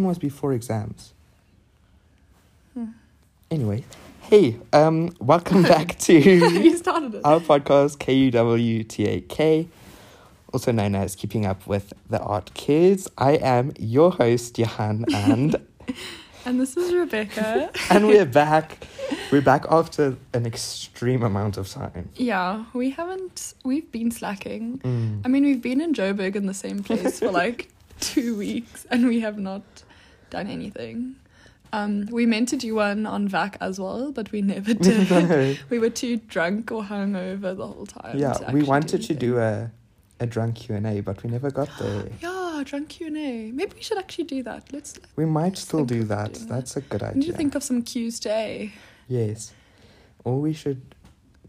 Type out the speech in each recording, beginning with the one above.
was before exams. Anyway, hey, um, welcome back to you started it. our podcast, KUWTAK, also known as Keeping Up with the Art Kids. I am your host, Johan, and and this is Rebecca. and we're back. We're back after an extreme amount of time. yeah, we haven't. We've been slacking. Mm. I mean, we've been in Joburg in the same place for like two weeks, and we have not done anything. Um, we meant to do one on VAC as well, but we never did. No. We were too drunk or hungover the whole time. to Yeah, actually we wanted to do anything. a a drunk Q and A, but we never got there. Yeah, Ah, drunk Q and A. Maybe we should actually do that. Let's. We might still think do of that. doing that. That's a good I idea. need to think of some Q's today. Yes, or we should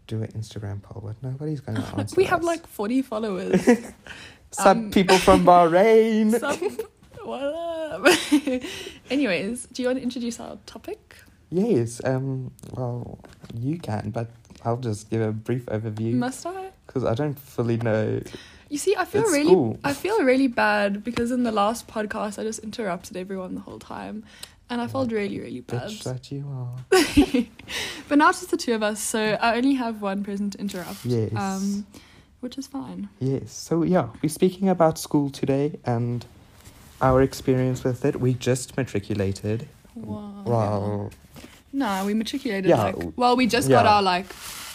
do an Instagram poll, but nobody's going to answer. we have us. like forty followers. sub um, people from Bahrain. Some, what up? Anyways, do you want to introduce our topic? yes. Um. Well, you can, but I'll just give a brief overview Must I? because I don't fully know. You see, I feel It's really, school. I feel really bad because in the last podcast I just interrupted everyone the whole time, and I felt really, really bad. Oh, Bitch that you are. but now it's just the two of us, so I only have one person to interrupt. Yes. Um, which is fine. Yes. So yeah, we're speaking about school today and our experience with it. We just matriculated. Wow. Well, No, we matriculated. Yeah, w- Like, well, we just got yeah. our like,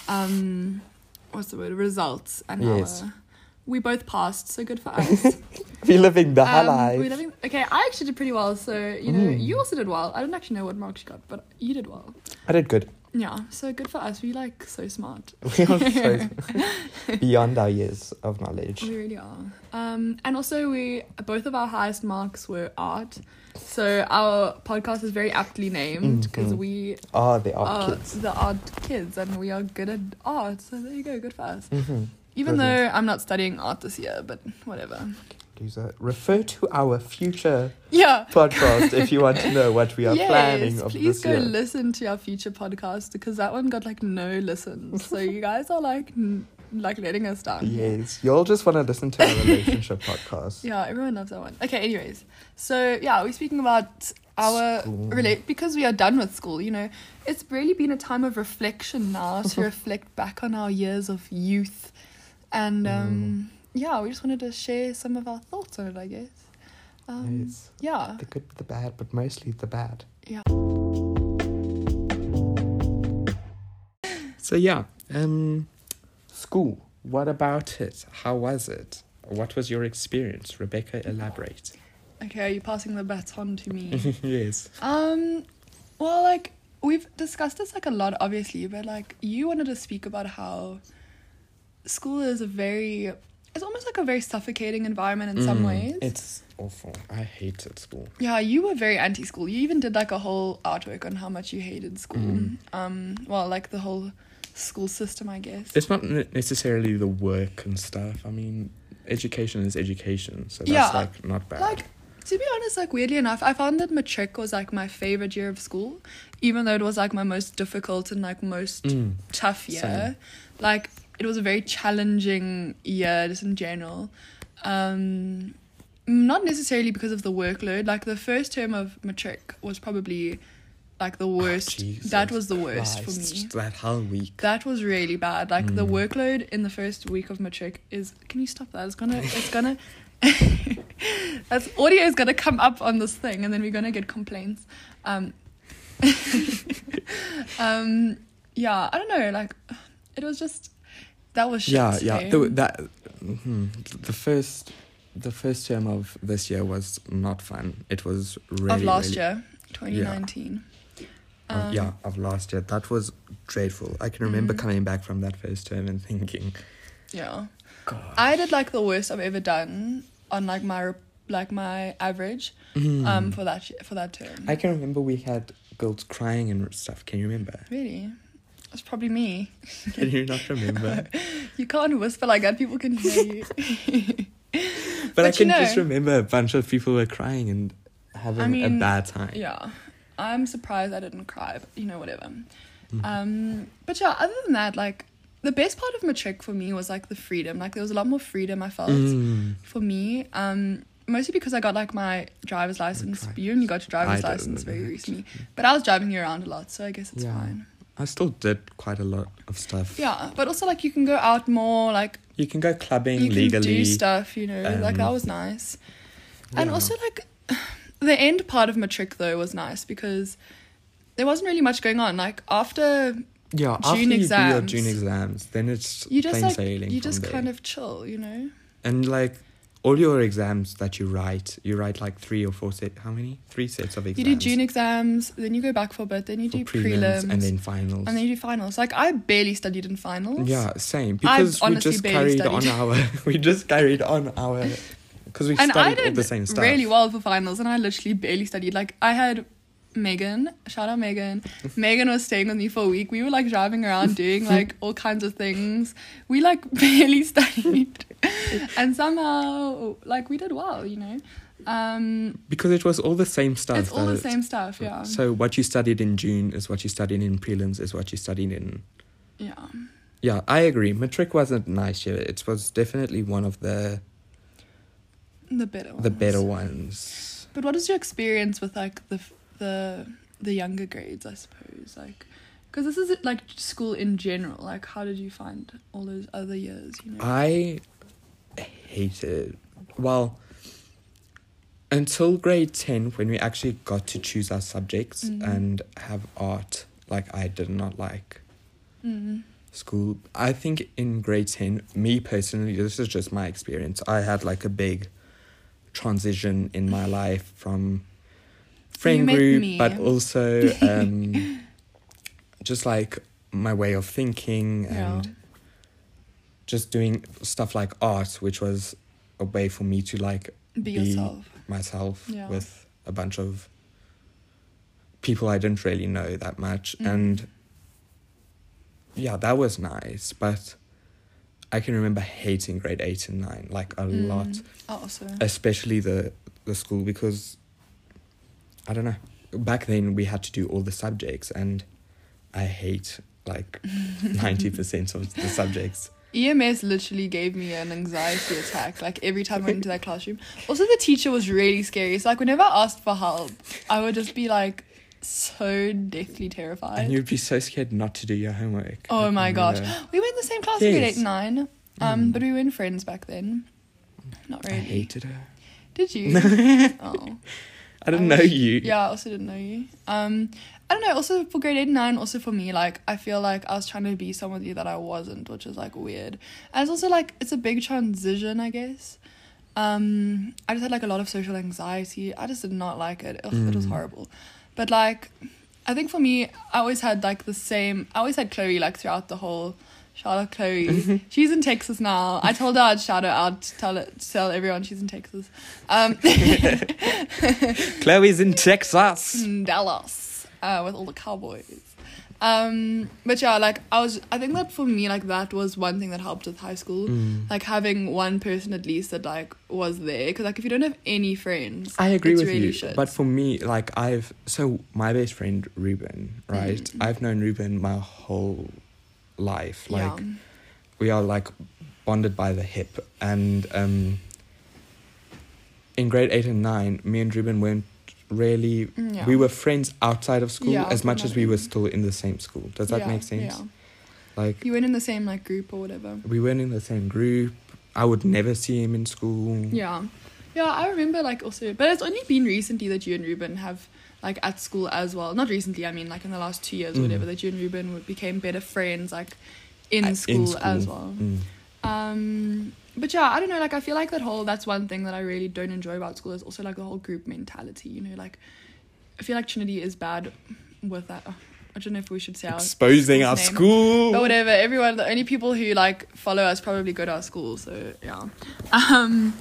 um, what's the word? Results and Yes. our. We both passed, so good for us. we're living the high Um, life. we're living- okay, I actually did pretty well. So you know, Mm. you also did well. I don't actually know what marks you got, but you did well. I did good. Yeah, so good for us. We like so smart. We are so beyond our years of knowledge. We really are. Um, and also, we both of our highest marks were art. So our podcast is very aptly named because Mhm. we Ah, they are are kids. the art kids, and we are good at art. So there you go, good for us. Mm-hmm. Even Brilliant. though I'm not studying art this year, but whatever. Loser. Refer to our future Yeah. podcast if you want to know what we are yes, planning of please this go year. listen to our future podcast because that one got like no listens. So you guys are like n- like letting us down. yes, you'll just want to listen to our relationship podcast. Yeah, everyone loves that one. Okay, anyways. So yeah, we're speaking about our School. relate because we are done with school, you know. It's really been a time of reflection now to reflect back on our years of youth. And Mm. um yeah, we just wanted to share some of our thoughts on it, I guess. Um, Yes. Yeah. The good, the bad, but mostly the bad. Yeah. So yeah, um, school. What about it? How was it? What was your experience, Rebecca? Elaborate. Okay, are you passing the baton to me? yes. Um, well, like we've discussed this like a lot, obviously, but like you wanted to speak about how school is a very, it's almost like a very suffocating environment in some Mm, ways. It's awful. I hated school. yeah, you were very anti-school. You even did like a whole artwork on how much you hated school. Mm. Um, well, like the whole school system, I guess. it's not ne- necessarily the work and stuff. I mean, education is education, so that's Yeah. like not bad. Like, to be honest, like weirdly enough, I found that matric was like my favorite year of school, even though it was like my most difficult and like most Mm. tough year. Same. Like it was a very challenging year just in general. Um not necessarily because of the workload. Like the first term of matric was probably like the worst. Oh, Jesus that was the worst Christ, for me. just That whole week. That was really bad. Like Hmm. the workload in the first week of matric is. Can you stop that? It's gonna. It's gonna. that's audio is gonna come up on this thing, and then we're gonna get complaints. Um. um. Yeah, I don't know. Like, it was just. That was shit. Yeah, yeah. hey? The, that mhm. the first the first term of this year was not fun. It was really of last really- year, 2019. of- Um, Mm-hmm. yeah, of last year. That was dreadful. I can remember coming back from that first term and thinking, Yeah. God. I did like the worst I've ever done on like my rep- like my average um for that sh- for that term. Hmm. Mm. I can remember we had girls crying and stuff. Can you remember? Really? That's probably me. Can you not remember? You can't whisper like that, people can hear you. But, But I you can just know- remember a bunch of people were crying and having mean, a bad time. yeah. I'm surprised I didn't cry, but you know, whatever. Mm-hmm. Um, but yeah, other than that, like, the best Mm. part of Matric for me was like the freedom. Like, there was a lot more freedom I felt Mm. for me. Um, mostly because I got like my driver's license. drive- You only got your driver's I didn't, license very actually. recently, but I was driving you around a lot, so I guess it's Yeah. fine. I still did quite a lot of stuff. Yeah, but also like you can go out more, like You can go clubbing you can legally. do stuff, you know, like that um, was nice. And Yeah. also like the end part of matric though was nice because there wasn't really much going on. Like after Yeah, June after you do your exams. June exams, then it's you just plain like sailing. you just from there. kind of chill, you know. and like all your exams that you write, you write like three or four set. How many? Three sets of You exams. do June exams, then you go back for a bit, then you for do prelims, and then finals. and then you do finals. Like I barely studied in finals. yeah, same because we honestly just barely carried on studied. our we just carried on our because we and I studied did all the same stuff. really well for finals, and I literally barely studied. Like I had Megan, shout out Megan. Megan was staying with me for a week. We were like driving around doing like all kinds of things. We like barely studied, and somehow like we did well, you know. Um, because it was all the same stuff. it's all the that- same stuff, yeah, So what you studied in June is what you studied in prelims is what you studied in yeah. Yeah, I agree. Matric wasn't nice year. It was definitely one of the The better ones. the better ones. But what is your experience with like the f- the the younger grades? I suppose like because this is like school in general. Like, how did you find all those other years? You Uh, know, I hated well until grade ten when we actually got to choose our subjects Mhm. and have art like I did not like mm. school. I think in grade 10, me personally, this is just my experience. I had like a big transition in my life from You friend met group, me. but also um, just like my way of thinking yeah, and just doing stuff like art, which was a way for me to like be yourself. myself Yeah. with a bunch of people I didn't really know that much. Mm. And yeah, that was nice. But I can remember hating grade eight and nine, like a lot, Mm. I Also, especially the, the school, because I don't know. Back then, we had to do all the subjects, and I hate like 90% of the subjects. EMS E literally gave me an anxiety attack. Like every time I went into that classroom. Also, the teacher was really scary. So like, whenever I asked for help, I would just be like so deathly terrified. And you'd be so scared not to do your homework. I Oh can my gosh. remember. We were in the same class in grade Yes. 8 and 9, um, Mm. but we were in friends back then. Not I really. hated her. Did you? oh. I didn't I know wish- you. Yeah, I also didn't know you. Um, I don't know. Also, for grade 8 and 9, also for me, like, I feel like I was trying to be somebody that I wasn't, which is, like, weird. And it's also, like, it's a big transition, I guess. Um, I just had, like, a lot of social anxiety. I just did not like it. Ugh, It was Mm. horrible. But, like, I think for me, I always had, like, the same... I always had Chloe, like, throughout the whole... Shout out Chloe. she's in Texas now. I told her I'd shout her out, tell, it, tell everyone she's in Texas. Um, Chloe's in Texas. in Dallas uh, with all the cowboys. Um, but yeah, like I was, I think that for me, like that was one thing that helped with high Mm. school, like having one person at least that like was there. Because like if you don't have any friends, I agree it's with really you. shit. But for me, like I've so my best friend Ruben, right? Mm. I've known Ruben my whole life. yeah, Like we are like bonded by the hip. And um in grade eight and nine, me and Ruben weren't really Mm, Yeah. we were friends outside of school Yeah, as but much not as we were in- still in the same school. Does that Yeah, make sense? Yeah. Like You weren't in the same like group or whatever. we weren't in the same group. I would never see him in school. Yeah, yeah. I remember like also, but it's only been recently that you and Ruben have like at school as well. Not recently, I mean like in the last two years or Mm. whatever that you and Ruben would- became better friends like in, Uh, in school, as school. well. Mm. Um, but yeah, I don't know. Like, I feel like that whole that's one thing that I really don't enjoy about school is also like the whole group mentality. You know, like I feel like Trinity is bad with that. I don't know if we should say our exposing our name. school. But whatever, everyone, the only people who like follow us probably go to our school, so yeah. Um,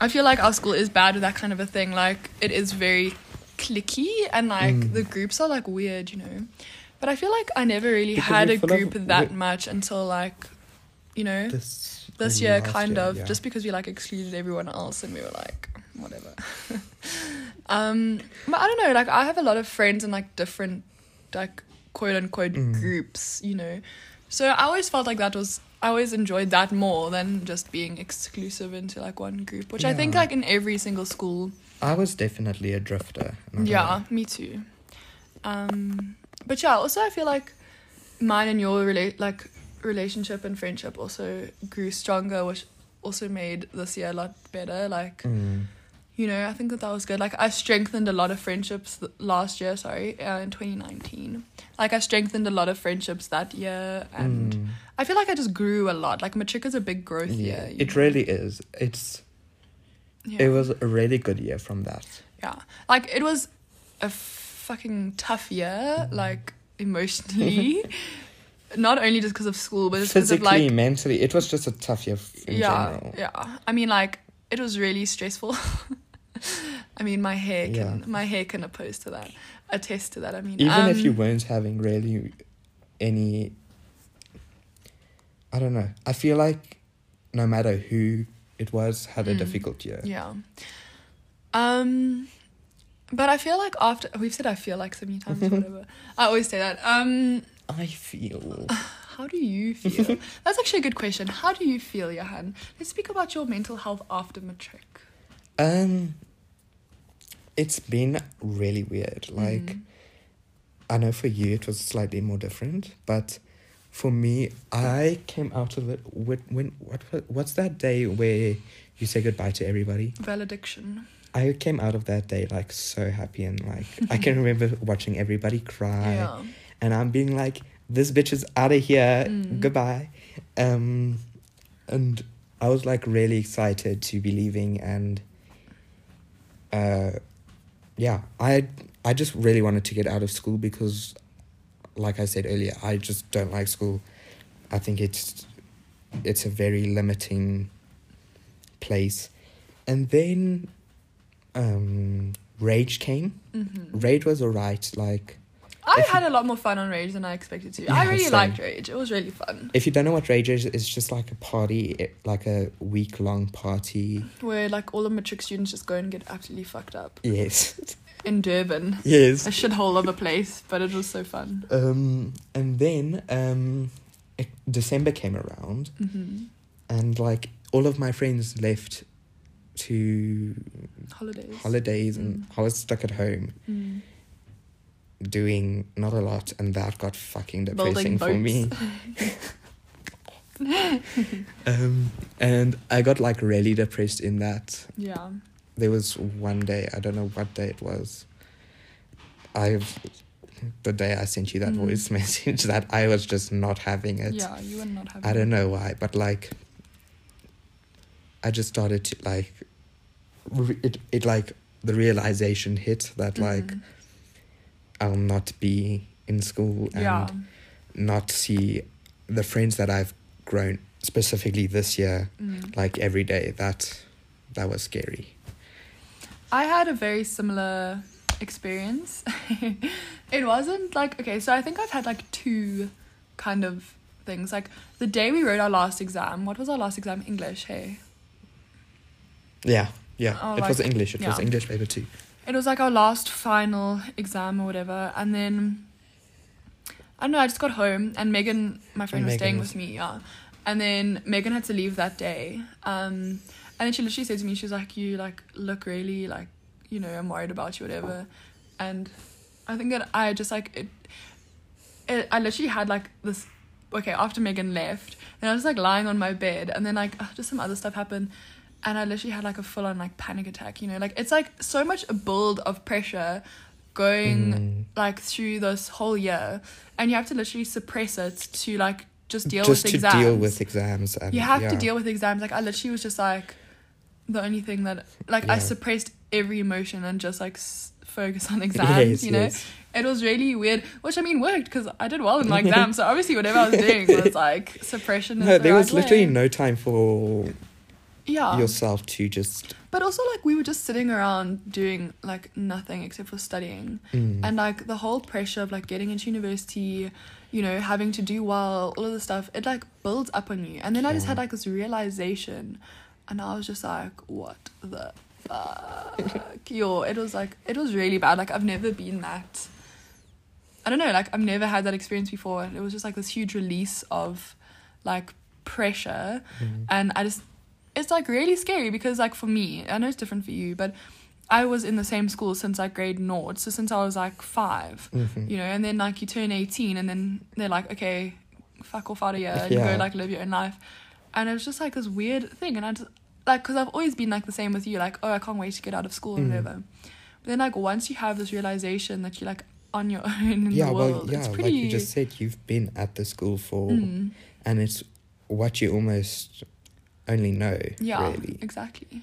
I feel like our school is bad with that kind of a thing. Like, it is very clicky and like Mm. the groups are like weird, you know. But I feel like I never really Because had we a full of group that wi- much until like, you know, this, This, year, last kind year, of, yeah. just because we like excluded everyone else and we were like, whatever. um, but I don't know, like, I have a lot of friends in like different, like, quote unquote Mm. groups, you know. So I always felt like that was I always enjoyed that more than just being exclusive into like one group, which I think Yeah. like in every single school. I was definitely a drifter. not gonna Yeah, lie. me too. Um, but yeah, also I feel like mine and your relate like relationship and friendship also grew stronger, which also made this year a lot better. Like Mm. you know, I think that that was good. Like I strengthened a lot of friendships th- last year. Sorry, uh, in twenty nineteen, like I strengthened a lot of friendships that year, and Mm. I feel like I just grew a lot. Like matric is a big growth yeah, year. you it know? really is. It's yeah. it was a really good year from that. yeah, like it was a fucking tough year, Mm-hmm. like emotionally. Not only just because of school, but just because Physically, of like mentally, it was just a tough year f- in yeah, general. yeah. I mean, like it was really stressful. I mean, my hair can Yeah. my hair can oppose to that, attest to that. I mean, Even if um, you weren't having really any, I don't know. I feel like no matter who it was, had a Mm. difficult year. Yeah. Um but I feel like after we've said I feel like so many times or whatever. I always say that. Um I feel how do you feel? That's actually a good question. How do you feel, Johan? Let's speak about your mental health after matric. um, it's been really weird. Like. Mm. I know for you it was slightly more different, but for me, I came out of it with when what wa- what's that day where you say goodbye to everybody? Mm-hmm. valediction. I came out of that day like so happy and like I can remember watching everybody cry yeah. and I'm being like, this bitch is out of here, Mm. goodbye, um, and I was like really excited to be leaving and uh, yeah, I I just really wanted to get out of school because, like I said earlier, I just don't like school. I think it's it's a very limiting place, and then um, rage came. hmm Rage was alright, like. I if you- had a lot more fun on Rage than I expected to. I Yeah, really same. liked Rage. It was really fun. If you don't know what Rage is, it's just like a party, it- like a week long party. Where like all the matric students just go and get absolutely fucked up Yes. in Durban. yes. A shithole of a place, but it was so fun. Um, and then um, it- December came around, hmm and like all of my friends left to Holidays. holidays, and I was stuck at home Mm. doing not a lot, and that got fucking Building depressing for me. Um, and I got like really depressed in that. Yeah. there was one day i don't know what day it was i've the day i sent you that Mm. voice message that i was just not having it yeah, you were not having i don't know why but like i just started to like re- it, it like the realization hit that like Mhm. i'll not be in school and Yeah. not see the friends that i've grown specifically this year Mm. like every day that that was scary I had a very similar experience. it wasn't like okay, so I think I've had like two kind of things. Like the day we wrote our last exam, what was our last exam? English, hey. Yeah, yeah. Oh, it was like- English. It was yeah. English paper too. It was like our last final exam or whatever, and then I don't know. I just got home, and Megan, my friend, And was Megan staying was- with me. Yeah, and then Megan had to leave that day. Um, and then she literally said to me, she was like, "You like look really like, you know, I'm worried about you, whatever." And I think that I just like it. it I literally had like this. Okay, after Megan left, and I was like lying on my bed, and then like ugh, just some other stuff happened. And I literally had like a full on like panic attack, you know, like it's like so much a build of pressure going Mm. like through this whole year and you have to literally suppress it to like just deal Just with to exams. deal with exams. And, you have to yeah. deal with exams. Like I literally was just like the only thing that like I Yeah. suppressed every emotion and just like s- focus on Yes, exams. you know, yes. it was really weird. Which I mean worked because I did well in my exam. So obviously whatever I was doing was like suppression. is No, the there was right literally way. no time for yeah. yourself to just. But also like we were just sitting around doing like nothing except for studying. Mm, and like the whole pressure of like getting into university you know having to do well all of this stuff it like builds up on you and then i just Yeah. had like this realization and i was just like what the fuck yo it was like it was really bad like i've never been that I don't know, like I've never had that experience before. It was just like this huge release of like pressure. mm, And I just, it's like really scary because, like, for me, I know it's different for you, but I was in the same school since like grade naught. So since I was like five, Mhm. you know, and then like you turn 18 and then they're like, okay, fuck off out of here and Yeah. go like live your own life. And it was just like this weird thing. And I just, like, because I've always been like the same with you, like, oh, I can't wait to get out of school and Mm. whatever. But then, like, once you have this realization that you're like on your own in yeah, the well, world, yeah, it's like pretty. you just said, you've been at the school for, Mm. and it's what you almost only know, Yeah, really. exactly.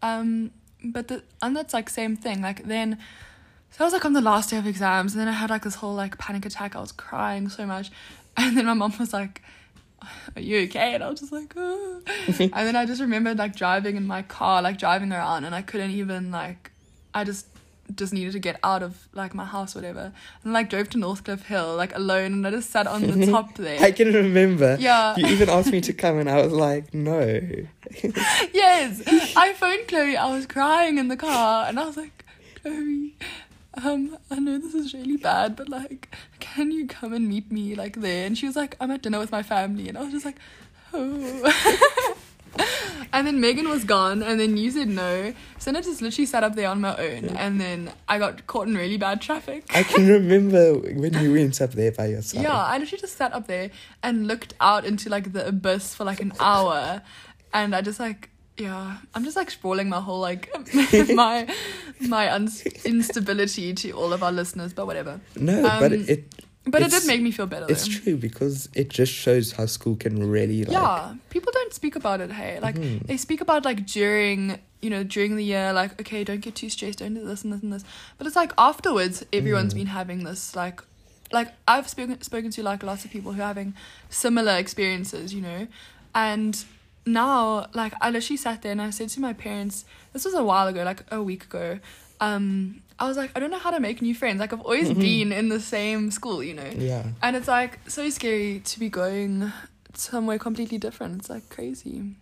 Um, but the and that's like same thing. Like then, so I was like on the last day of exams, and then I had like this whole like panic attack. I was crying so much, and then my mom was like, "Are you okay?" And I was just like, "Oh." and then I just remembered like driving in my car, like driving around, and I couldn't even like, I just just needed to get out of like my house, whatever, and like drove to Northcliffe Hill like alone, and I just sat on the top there. I can remember. yeah. You even asked me to come, and I was like, no. yes, I phoned Chloe. I was crying in the car, and I was like, Chloe, um, I know this is really bad, but like, can you come and meet me like there? And she was like, I'm at dinner with my family, and I was just like, oh. and then Megan was gone, and then you said no. So then I just literally sat up there on my own, and then I got caught in really bad traffic. I can remember when you went up there by yourself. Yeah, I literally just sat up there and looked out into like the abyss for like an hour, and I just like yeah, I'm just like sprawling my whole like my my uns instability to all of our listeners, but whatever. No, but Um, it But it It's- did make me feel better. it's though. true because it just shows how school can really like. yeah, people don't speak about it. Hey, like Mhm. they speak about like during you know during the year, like okay, don't get too stressed, don't do this and this and this. But it's like afterwards, everyone's Mm. been having this like, like I've spoken spoken to like lots of people who are having similar experiences, you know, and now like I literally sat there and I said to my parents, this was a while ago, like a week ago. Um, I was like, I don't know how to make new friends. Like I've always been in the same school, you know. Yeah. And it's like so scary to be going somewhere completely different. It's like crazy.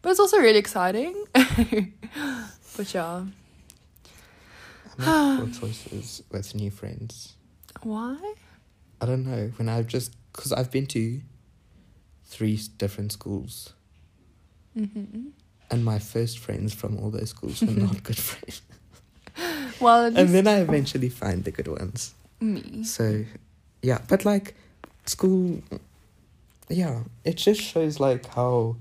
But it's also really exciting. but yeah. I make poor choices with new friends. Why? I don't know when I've just because I've been to three s- different schools, hmm and my first friends from all those schools were not good friends. Well, at And least then I eventually find the good ones. me. So, yeah, but like school, yeah, it just shows like how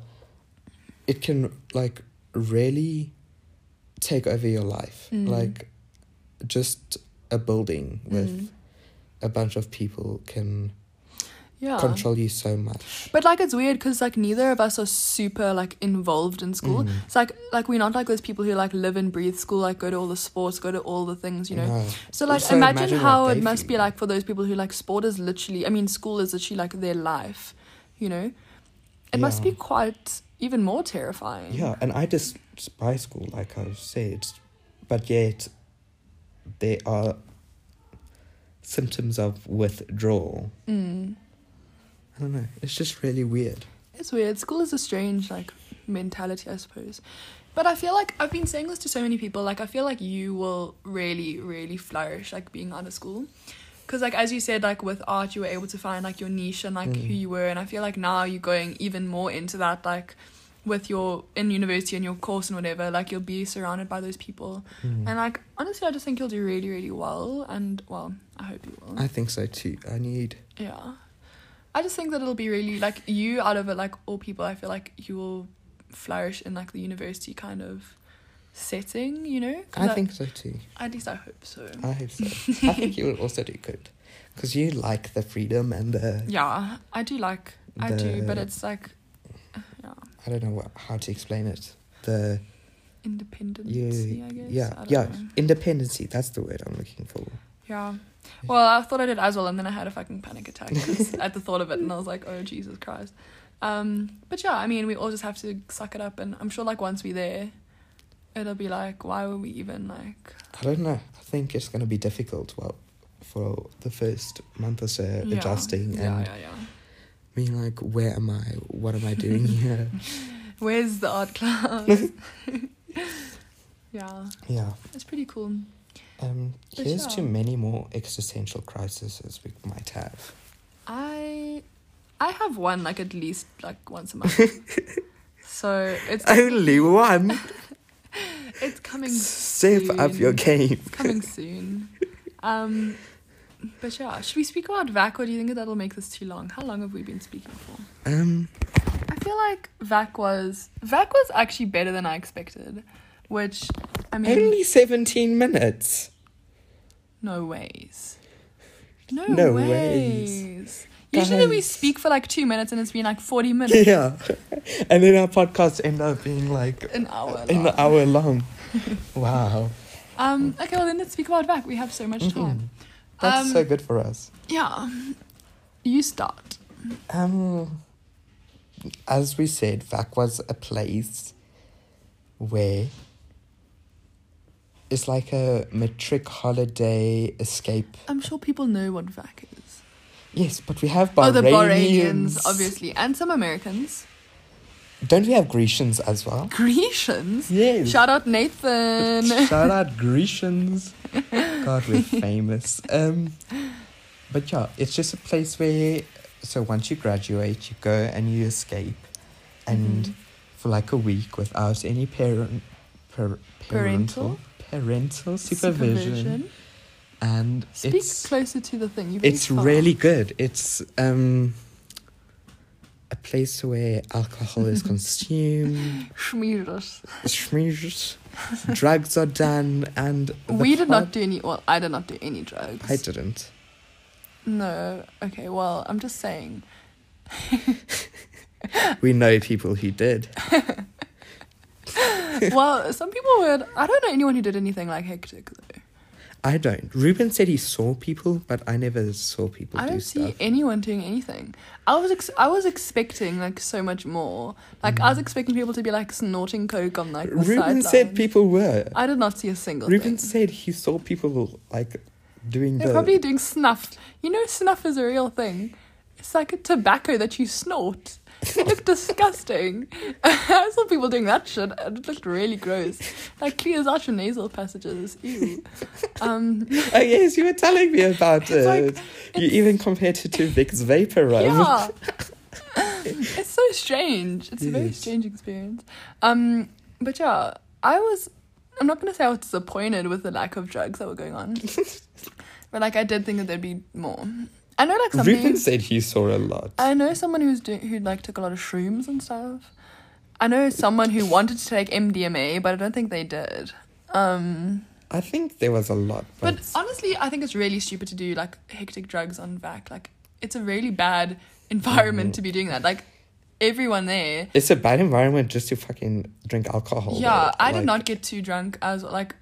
it can like really take over your life. Mm. Like just a building with Mm. a bunch of people can Yeah. control you so much. But like it's weird because like neither of us are super like involved in school. Mm. It's like like we're not like those people who like live and breathe school, like go to all the sports, go to all the things, you know. No. So like So imagine, imagine how what it they must be feel. like for those people who like sport is literally I mean school is literally like their life, you know? It must Yeah. be quite even more terrifying. Yeah, and I just despise school, like I said, but yet there are symptoms of withdrawal. Mm. I don't know. It's just really weird. It's weird. School is a strange like mentality, I suppose. But I feel like I've been saying this to so many people. Like I feel like you will really, really flourish like being out of school, because like as you said, like with art, you were able to find like your niche and like Mm. who you were. And I feel like now you're going even more into that like with your in university and your course and whatever. Like you'll be surrounded by those people. And like honestly, I just think you'll do really, really well. And well, I hope you will. I think so too. I need. Yeah. I just think that it'll be really like you out of it, like all people, I feel like you will flourish in like the university kind of setting, you know? 'Cause I think so too. at least I hope so. I hope so. I think you will also do good, because you like the freedom and the. yeah, I do like I do, but The- it's like yeah, I don't know what, how to explain it. The independence, you. I guess. I Yeah, don't yeah. know. Independency. That's the word I'm looking for. Yeah. Well, I thought I did as well, and then I had a fucking panic attack just at the thought of it, and I was like, oh, Jesus Christ. Um, but yeah, I mean, we all just have to suck it up, and I'm sure, like, once we're there, it'll be like, why were we even, like, I don't know. I think it's going to be difficult. Well, for the first month or so, yeah. adjusting Yeah, and yeah, yeah. being like, where am I? What am I doing here? Where's the art class? yeah, yeah. it's pretty cool. Um, For here's to sure. many more existential crises we might have. I I have one like at least like once a month. so it's Only one. it's coming Step soon. up your game. It's coming soon. Um but yeah, should we speak about VAC or do you think that'll make this too long? How long have we been speaking for? Um, I feel like VAC was VAC was actually better than I expected. Which I mean only seventeen minutes. No ways. No, No ways. ways. Usually we Guys. speak for like two minutes and it's been like 40 minutes, Yeah, and then our podcasts end up being like an hour. an long. hour long. wow, Um, okay, well, then let's speak about VAC. We have so much Mm-hmm. time. that's Um, so good for us. Yeah. You start. Um, as we said, VAC was a place where it's like a metric holiday escape. I'm sure people know what VAC is. Yes, but we have Bahrainians. Oh, the Bahrainians, obviously, and some Americans. Don't we have Grecians as well? Grecians. Yes. Shout out Nathan. Shout out Grecians. God, we're famous. Um, but yeah, it's just a place where, so once you graduate, you go and you escape, and Mhm. for like a week without any parent, par, parental, parental supervision, and Speak it's closer to the thing. You're very it's far. really good. It's um. A place where alcohol is consumed, Schmieres. schmears, drugs are done, and the We did pod- not do any. Well, I did not do any drugs. I didn't. No. Okay. Well, I'm just saying. We know people who did. well, some people would. I don't know anyone who did anything like hectic though. I don't. Ruben said he saw people, but I never saw people I do don't see stuff. anyone doing anything. I was ex- I was expecting like so much more. Like I was expecting people to be like snorting coke on like the Mm. Ruben sideline. said people were. I did not see a single Ruben thing. said he saw people like doing They're the. probably doing snuff. You know, snuff is a real thing. It's like a tobacco that you snort. It looked disgusting. I saw people doing that shit, and it looked really gross. Like clears out your nasal passages. Ew. Um, Oh yes, you were telling me about it. like- you even compared it to Vic's vapor rub. yeah. it's so strange. It's a very Yes. strange experience. Um, but yeah, I was. I'm not gonna say I was disappointed with the lack of drugs that were going on, but like I did think that there'd be more. I know, like something. Uh, Ruben said he saw a lot. I know someone who's doing who like took a lot of shrooms and stuff. I know someone who wanted to take MDMA, but I don't think they did. Um, I think there was a lot, but but, honestly, I think it's really stupid to do like hectic drugs on vac. Like, it's a really bad environment Mm-hmm. to be doing that. Like, everyone there. it's a bad environment just to fucking drink alcohol. yeah, though. I did Like, not get too drunk. as like,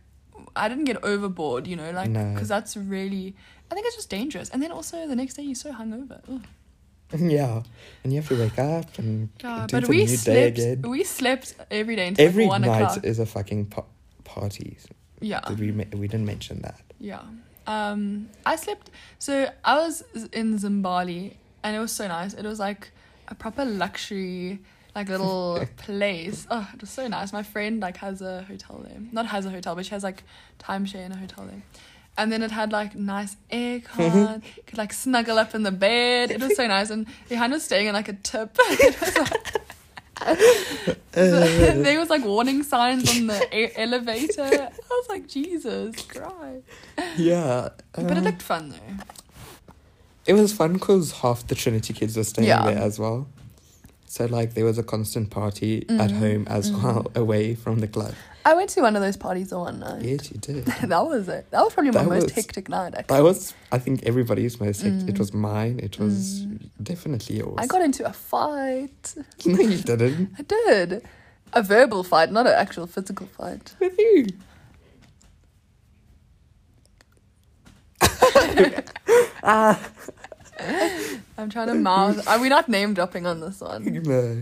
I didn't get overboard. You know, like, No. because that's really. I think it's just dangerous. And then also the next day you're so hungover. Ugh. Yeah, and you have to wake up and Yeah, do but the we new day slept. again. We slept every day until Every like one night o'clock. Uh. is a fucking pa- party. Yeah. Did we ma- we didn't mention that. Yeah. Um, I slept. So I was z- in Zimbali, and it was so nice. It was like a proper luxury, like little place. Oh, it was so nice. My friend like has a hotel there. Not has a hotel, but she has like timeshare in a hotel there. And then it had like nice aircon. could like snuggle up in the bed. It was so nice. And Johan was staying in like a tip. It was, like- there was like warning signs on the e- elevator. I was like, Jesus Christ. Yeah, But it um, looked fun though. it was fun because half the Trinity kids were staying Yeah. there as well. So like there was a constant party at Mm-hmm. home as well, away from the club. I went to one of those parties the one night. Yes, you did. that was it. That was probably my That most was- hectic night. Actually. That was, I think, everybody's most. hect- It was mine. It was definitely yours. Mm. I got into a fight. no, you didn't. I did. A verbal fight, not an actual physical fight. With you. I'm trying to mouth. Are we not name dropping on this one? No.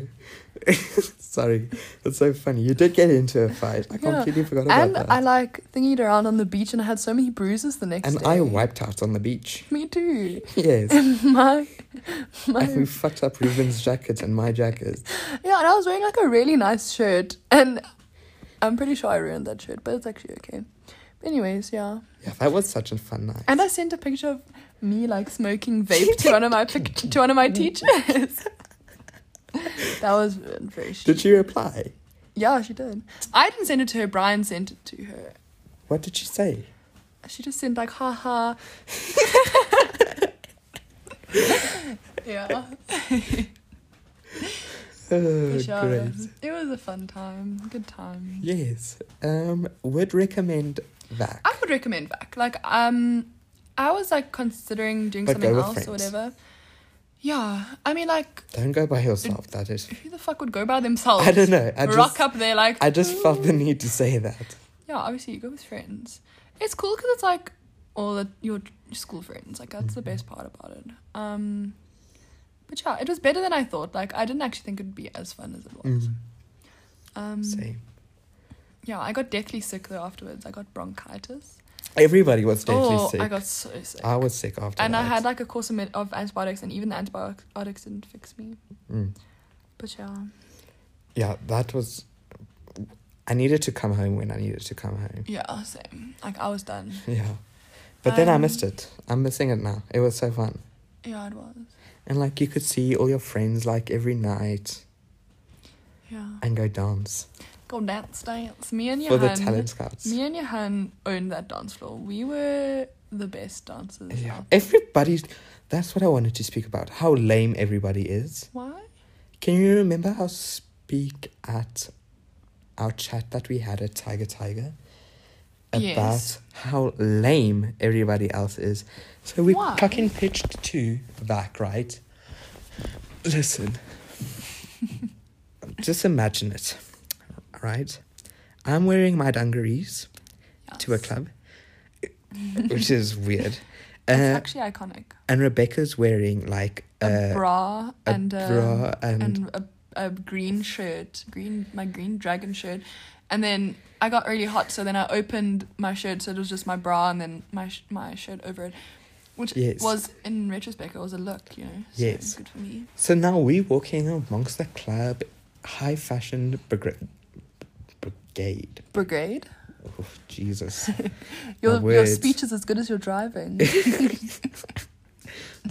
Sorry, that's so funny. You did get into a fight. I Yeah. completely forgot about And that. I like thingied around on the beach, and I had so many bruises the next and day. I wiped out on the beach. Me too. Yes. my, my and we fucked up Ruben's jacket and my jacket. Yeah, and I was wearing like a really nice shirt, and I'm pretty sure I ruined that shirt, but it's actually okay. But Anyways, yeah. Yeah, that was such a fun night. And I sent a picture of me like smoking vape to one of my pic- to one of my teachers. that was very. Did she? she reply? Yeah, she did. I didn't send it to her. Brian sent it to her. What did she say? She just sent like, haha. yeah. Oh, For sure. great. It was a fun time. Good time. Yes. Um, would recommend that. I would recommend back. Like, um, I was like considering doing But something go with else or friends. whatever. Yeah, I mean, like, Don't go by yourself. That is. who the fuck would go by themselves? I don't know. I Rock just. up there like. I just felt the "Ooh." need to say that. Yeah, obviously you go with friends. It's cool because it's like all the, your school friends. Like that's the best part about it. Um, but yeah, it was better than I thought. Like I didn't actually think it'd be as fun as it was. Mm, Um, same. yeah, I got deathly sick though afterwards. I got bronchitis. Everybody was deathly oh, sick. I got so sick. I was sick after and that. I had like a course of, med- of antibiotics, and even the antibiotics didn't fix me. Mm. But yeah, Yeah, that was. I needed to come home when I needed to come home. yeah, same. Like I was done. Yeah. But then I Um, missed it. I'm missing it now. It was so fun. Yeah, it was. And like you could see all your friends like every night Yeah, and go dance go dance, dance. Me and for the Johan- talent scouts. Me and Johan owned that dance floor. We were the best dancers. Yeah. out there. Everybody's that's what I wanted to speak about. How lame everybody is. Why? Can you remember how speak at our chat that we had at Tiger Tiger? About Yes. how lame everybody else is. So we Why? fucking pitched to VAC, right? Listen. Just imagine it. Right? I'm wearing my dungarees to a Yes. club. Which is weird. It's Uh, actually iconic. and Rebecca's wearing like A a, bra a and a bra and, and a, a green shirt, green my green dragon shirt, and then I got really hot, so then I opened my shirt, so it was just my bra and then my sh- my shirt over it, which Yes. was in retrospect it was a look, you know. So Yes. Good for me. so now we walking amongst the club, high fashion brigra- brigade. Brigade, Oh Jesus, your your words. speech is as good as your driving.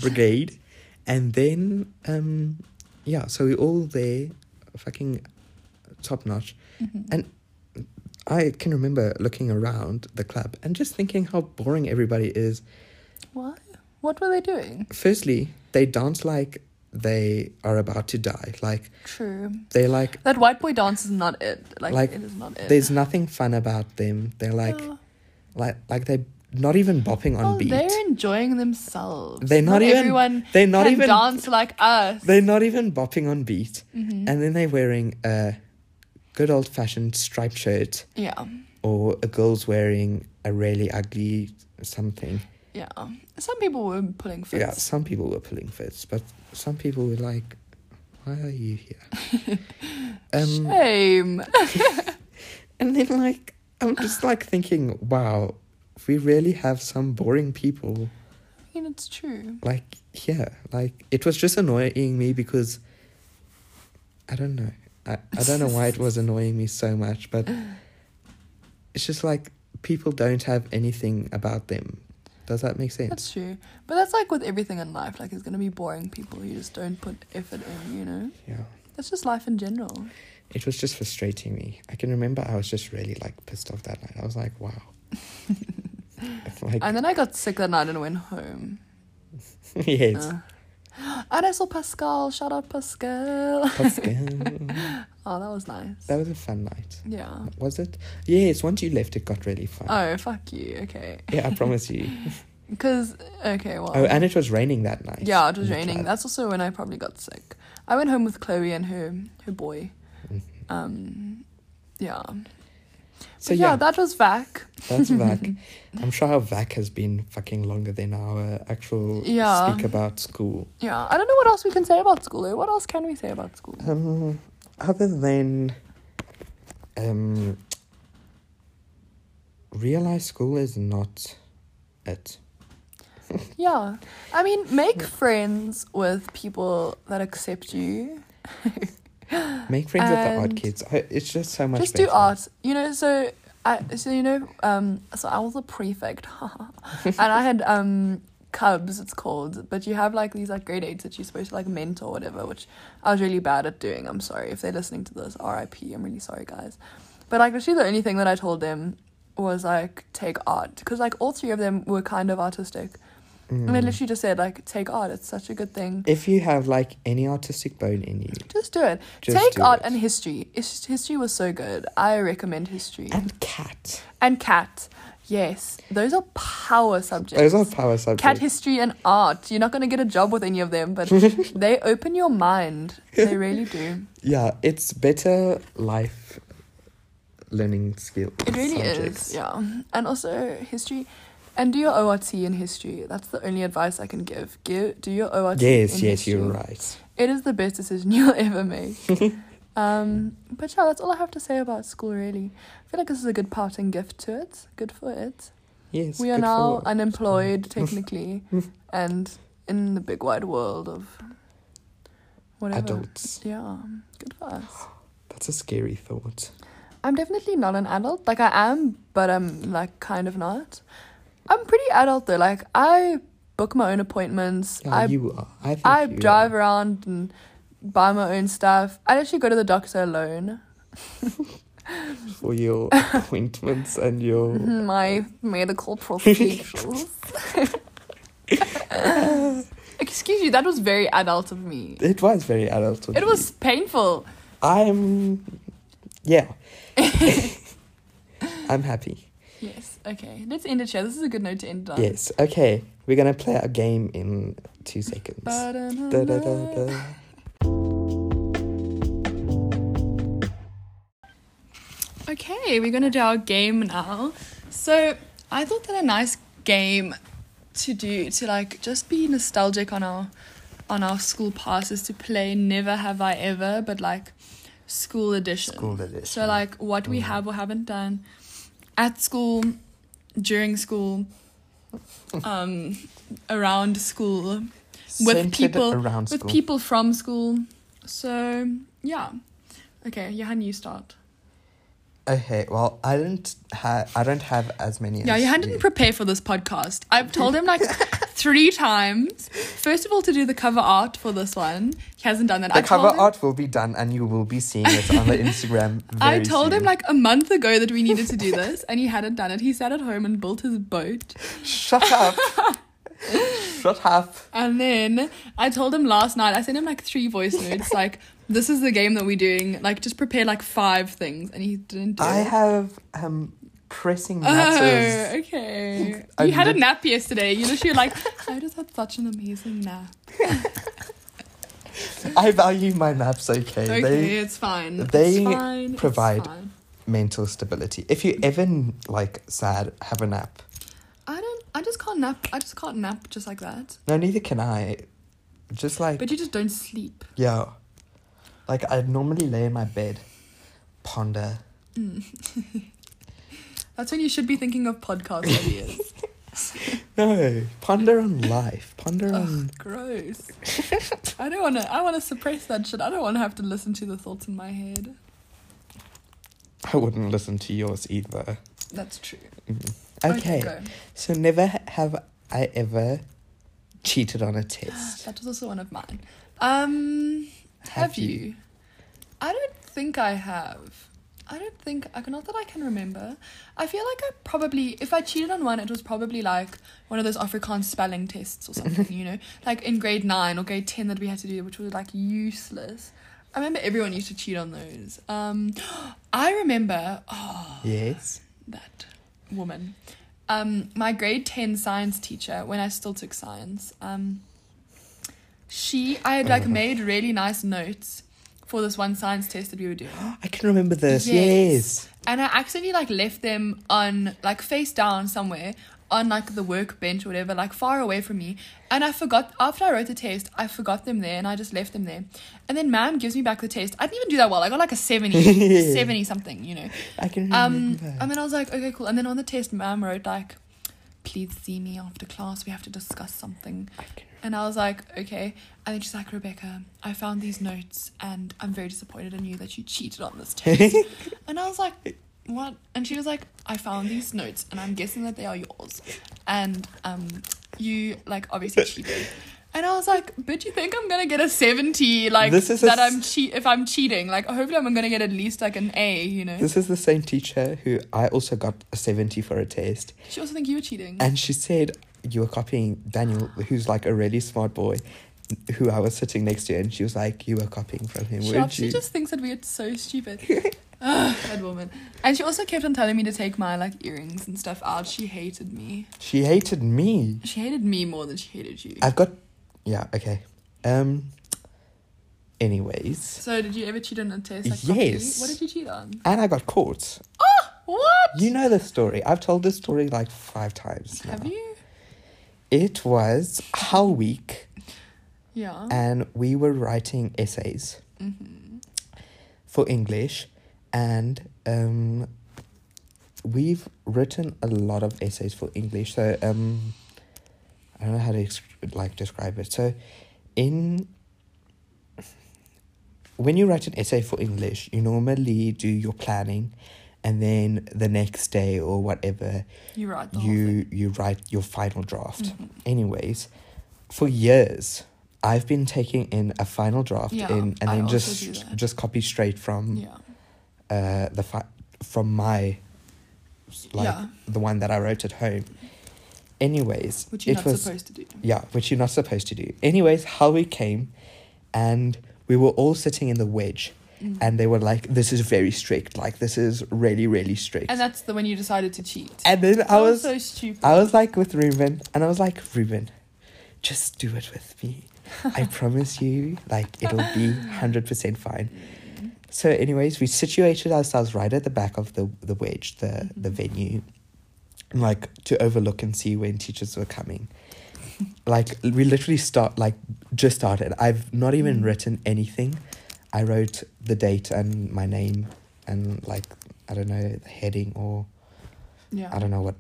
brigade, and then um, yeah. So we all there, fucking top notch, and. I can remember looking around the club and just thinking how boring everybody is. Why? What were they doing? Firstly, they dance like they are about to die. Like True. they like That white boy dance is not it. Like, Like, it is not it. Oh, There's nothing fun about them. They're like, Yeah. like, like they're not even bopping on Oh, beat. they're enjoying themselves. They're not even- Everyone they're not can even- dance like us. They're not even bopping on beat. Mm-hmm. And then they're wearing a good old fashioned striped shirt, yeah, or a girl's wearing a really ugly something. yeah. Some people were pulling fits. Yeah, some people were pulling fits, but some people were like, "Why are you here?" um, Shame. and then like, I'm just like thinking, "Wow, we really have some boring people." I mean, it's true. like yeah like it was just annoying me because i don't know i, I don't know why it was annoying me so much but it's just like people don't have anything about them does that make sense That's true. But that's like with everything in life. Like, it's gonna be boring people who just don't put effort in. You know, yeah that's just life in general. it was just frustrating me i can remember i was just really like pissed off that night i was like wow It's like And then I got sick that night and went home. yes Uh, and I saw Pascal. Shout out Pascal. Pascal. Oh, that was nice. that was a fun night yeah. was it yes once you left it got really fun Oh, fuck you. Okay. yeah i promise you Because, okay, well. Oh, and it was raining that night. yeah, it was in the raining. club. That's also when I probably got sick. I went home with Chloe and her, her boy. Mhm. Um, yeah. So But yeah, yeah, that was VAC. that's VAC. I'm sure our VAC has been fucking longer than our actual Yeah. speak about school. Yeah. I don't know what else we can say about school, though. What else can we say about school? Um, other than um, realize school is not it. Yeah. I mean, make friends with people that accept you. Make friends with the odd And kids. I, it's just so much. Just do better. art. You know, so I so you know um so I was a prefect, and I had um cubs it's called, but you have like these like grade eights that you're supposed to like mentor or whatever, which I was really bad at doing. I'm sorry if they're listening to this. R.I.P. I'm really sorry, guys. But like literally the only thing that I told them was like take art because like all three of them were kind of artistic. And I Mm. literally just said like take art. It's such a good thing. If you have like any artistic bone in you, Just do it. Just Take do art it. and history. It's just, history was so good. I recommend history and cat, and cat. Yes, those are power subjects. those are power subjects. cat history and art. You're not going to get a job with any of them, but they open your mind. They really do. yeah, it's better life learning skill. It really subjects. is. Yeah, and also history. And do your ORT in history. That's the only advice I can give. Give do your ORT. Yes, in yes, you're history. right. It is the best decision you'll ever make. um, but yeah, that's all I have to say about school, really. I feel like this is a good parting gift to it. Good for it. Yes, we are good now for- unemployed, technically, and in the big wide world of whatever. adults. Yeah, good for us. That's a scary thought. I'm definitely not an adult. Like, I am, but I'm, like, kind of not. I'm pretty adult, though. Like, I book my own appointments. Yeah, I you are. I think I you drive Are. around and buy my own stuff. I actually go to the doctor alone. for your appointments and your Mm-hmm. My medical procedures. Excuse you, that was very adult of me. it was very adult of It was painful. you. i'm yeah i'm happy Yes, okay. Let's end it here. This is a good note to end it on. yes okay we're gonna play a game in two seconds Da, da, da, Ba-da-da-da. da. Okay, we're gonna do our game now. So I thought that a nice game to do to like just be nostalgic on our on our school past is to play Never Have I Ever, but like school edition. School edition. So like what we have or haven't done at school, during school, um, around school, Centered with people around with school. people from school. So yeah. Okay, Johan, you start. okay well i don't have i don't have as many Yeah, as Johan didn't prepare for this podcast. I've told him like three times. First of all, to do the cover art for this one, he hasn't done that. the I told cover him- art will be done and you will be seeing it on the instagram I very told him soon. like a month ago that we needed to do this, and he hadn't done it. He sat at home and built his boat. shut up shut up And then I told him last night, I sent him like three voice notes, like, this is the game that we're doing. Like, just prepare like five things. And he didn't do I it. have um pressing matters. Oh, okay. I you had a lit- nap yesterday. You literally were like, I just had such an amazing nap. I value my naps. Okay, Okay, they it's fine. they it's fine. it's provide- fine. mental stability. If you ever like sad, have a nap. I don't, I just can't nap. I just can't nap just like that. No, neither can I. Just like But you just don't sleep. yeah, like I normally lay in my bed, ponder. Hmm. That's when you should be thinking of podcast ideas. No, ponder on life. Ponder on. Ugh, gross. I don't want to, I want to suppress that shit. I don't want to have to listen to the thoughts in my head. I wouldn't listen to yours either. That's true. Okay, go. so never ha- have I ever cheated on a test. Ah, That was also one of mine. Um, have, Have you? you? I don't think I have. I don't think I not that I can remember. I feel like I probably if I cheated on one, it was probably like one of those Afrikaans spelling tests or something, you know, like in grade nine or grade ten that we had to do, which was like useless. I remember everyone used to cheat on those. Um, I remember. Oh, Yes. that woman. Um, my grade 10 science teacher, when I still took science, um, she, I had like made really nice notes for this one science test that we were doing. I can remember this. yes. And I accidentally like left them on, like face down somewhere on like the workbench or whatever, like far away from me. And I forgot, after I wrote the test, I forgot them there and I just left them there. And then ma'am gives me back the test. I didn't even do that well. I got like a 70, 70 something, you know. I can Um, remember. and then I was like, okay, cool. And then on the test, ma'am wrote like, please see me after class. We have to discuss something. I can And I was like, okay. And then she's like, Rebecca, I found these notes and I'm very disappointed in you that you cheated on this test. and I was like, what? And she was like, I found these notes and I'm guessing that they are yours. And um, you, like, obviously cheated. And I was like, bitch, you think I'm gonna get a 70, like, This is a that s- I'm cheat if I'm cheating. Like, hopefully I'm gonna get at least, like, an A, you know? This is the same teacher who I also got a 70 for a test. She also think you were cheating. And she said, You were copying Daniel, who's like a really smart boy, who I was sitting next to. And she was like, You were copying from him, She, weren't she you? just thinks that we're so stupid. Ugh, that woman. And she also kept on telling me to take my like earrings and stuff out. She hated me. She hated me. She hated me more than she hated you. I've got. Yeah, okay. Um. Anyways. so did you ever cheat on a test? Like, properly? Yes. What did you cheat on? And I got caught. Oh, What? You know the story. I've told this story like five times now. Have you? It was Hull Week, Yeah. Mm-hmm. and we were writing essays for English, and um, we've written a lot of essays for English. So um, I don't know how to ex- like describe it. So in when you write an essay for English, you normally do your planning, and then the next day or whatever you right. The whole thing. Mm-hmm. you you write your final draft. Anyways, for years I've been taking in a final draft Yeah, in and I then also do just that. just copy straight from Yeah. uh the fi- from my s- like yeah. the one that I wrote at home. Anyways, Which you're it not was supposed to do. yeah, which you're not supposed to do. Anyways, how we came and we were all sitting in the wedge Mm. and they were like this is very strict like this is really really strict And that's the when you decided to cheat. and then That i was so stupid. I was like with Ruben, and I was like, Ruben, just do it with me. I promise you, like, it'll be 100% fine. Mm. So, anyways, we situated ourselves right at the back of the, the wedge, the, the venue, like to overlook and see when teachers were coming. Like, we literally start, like, just started. I've not even Mm. written anything. I wrote the date and my name and, like, I don't know, the heading or yeah. I don't know what,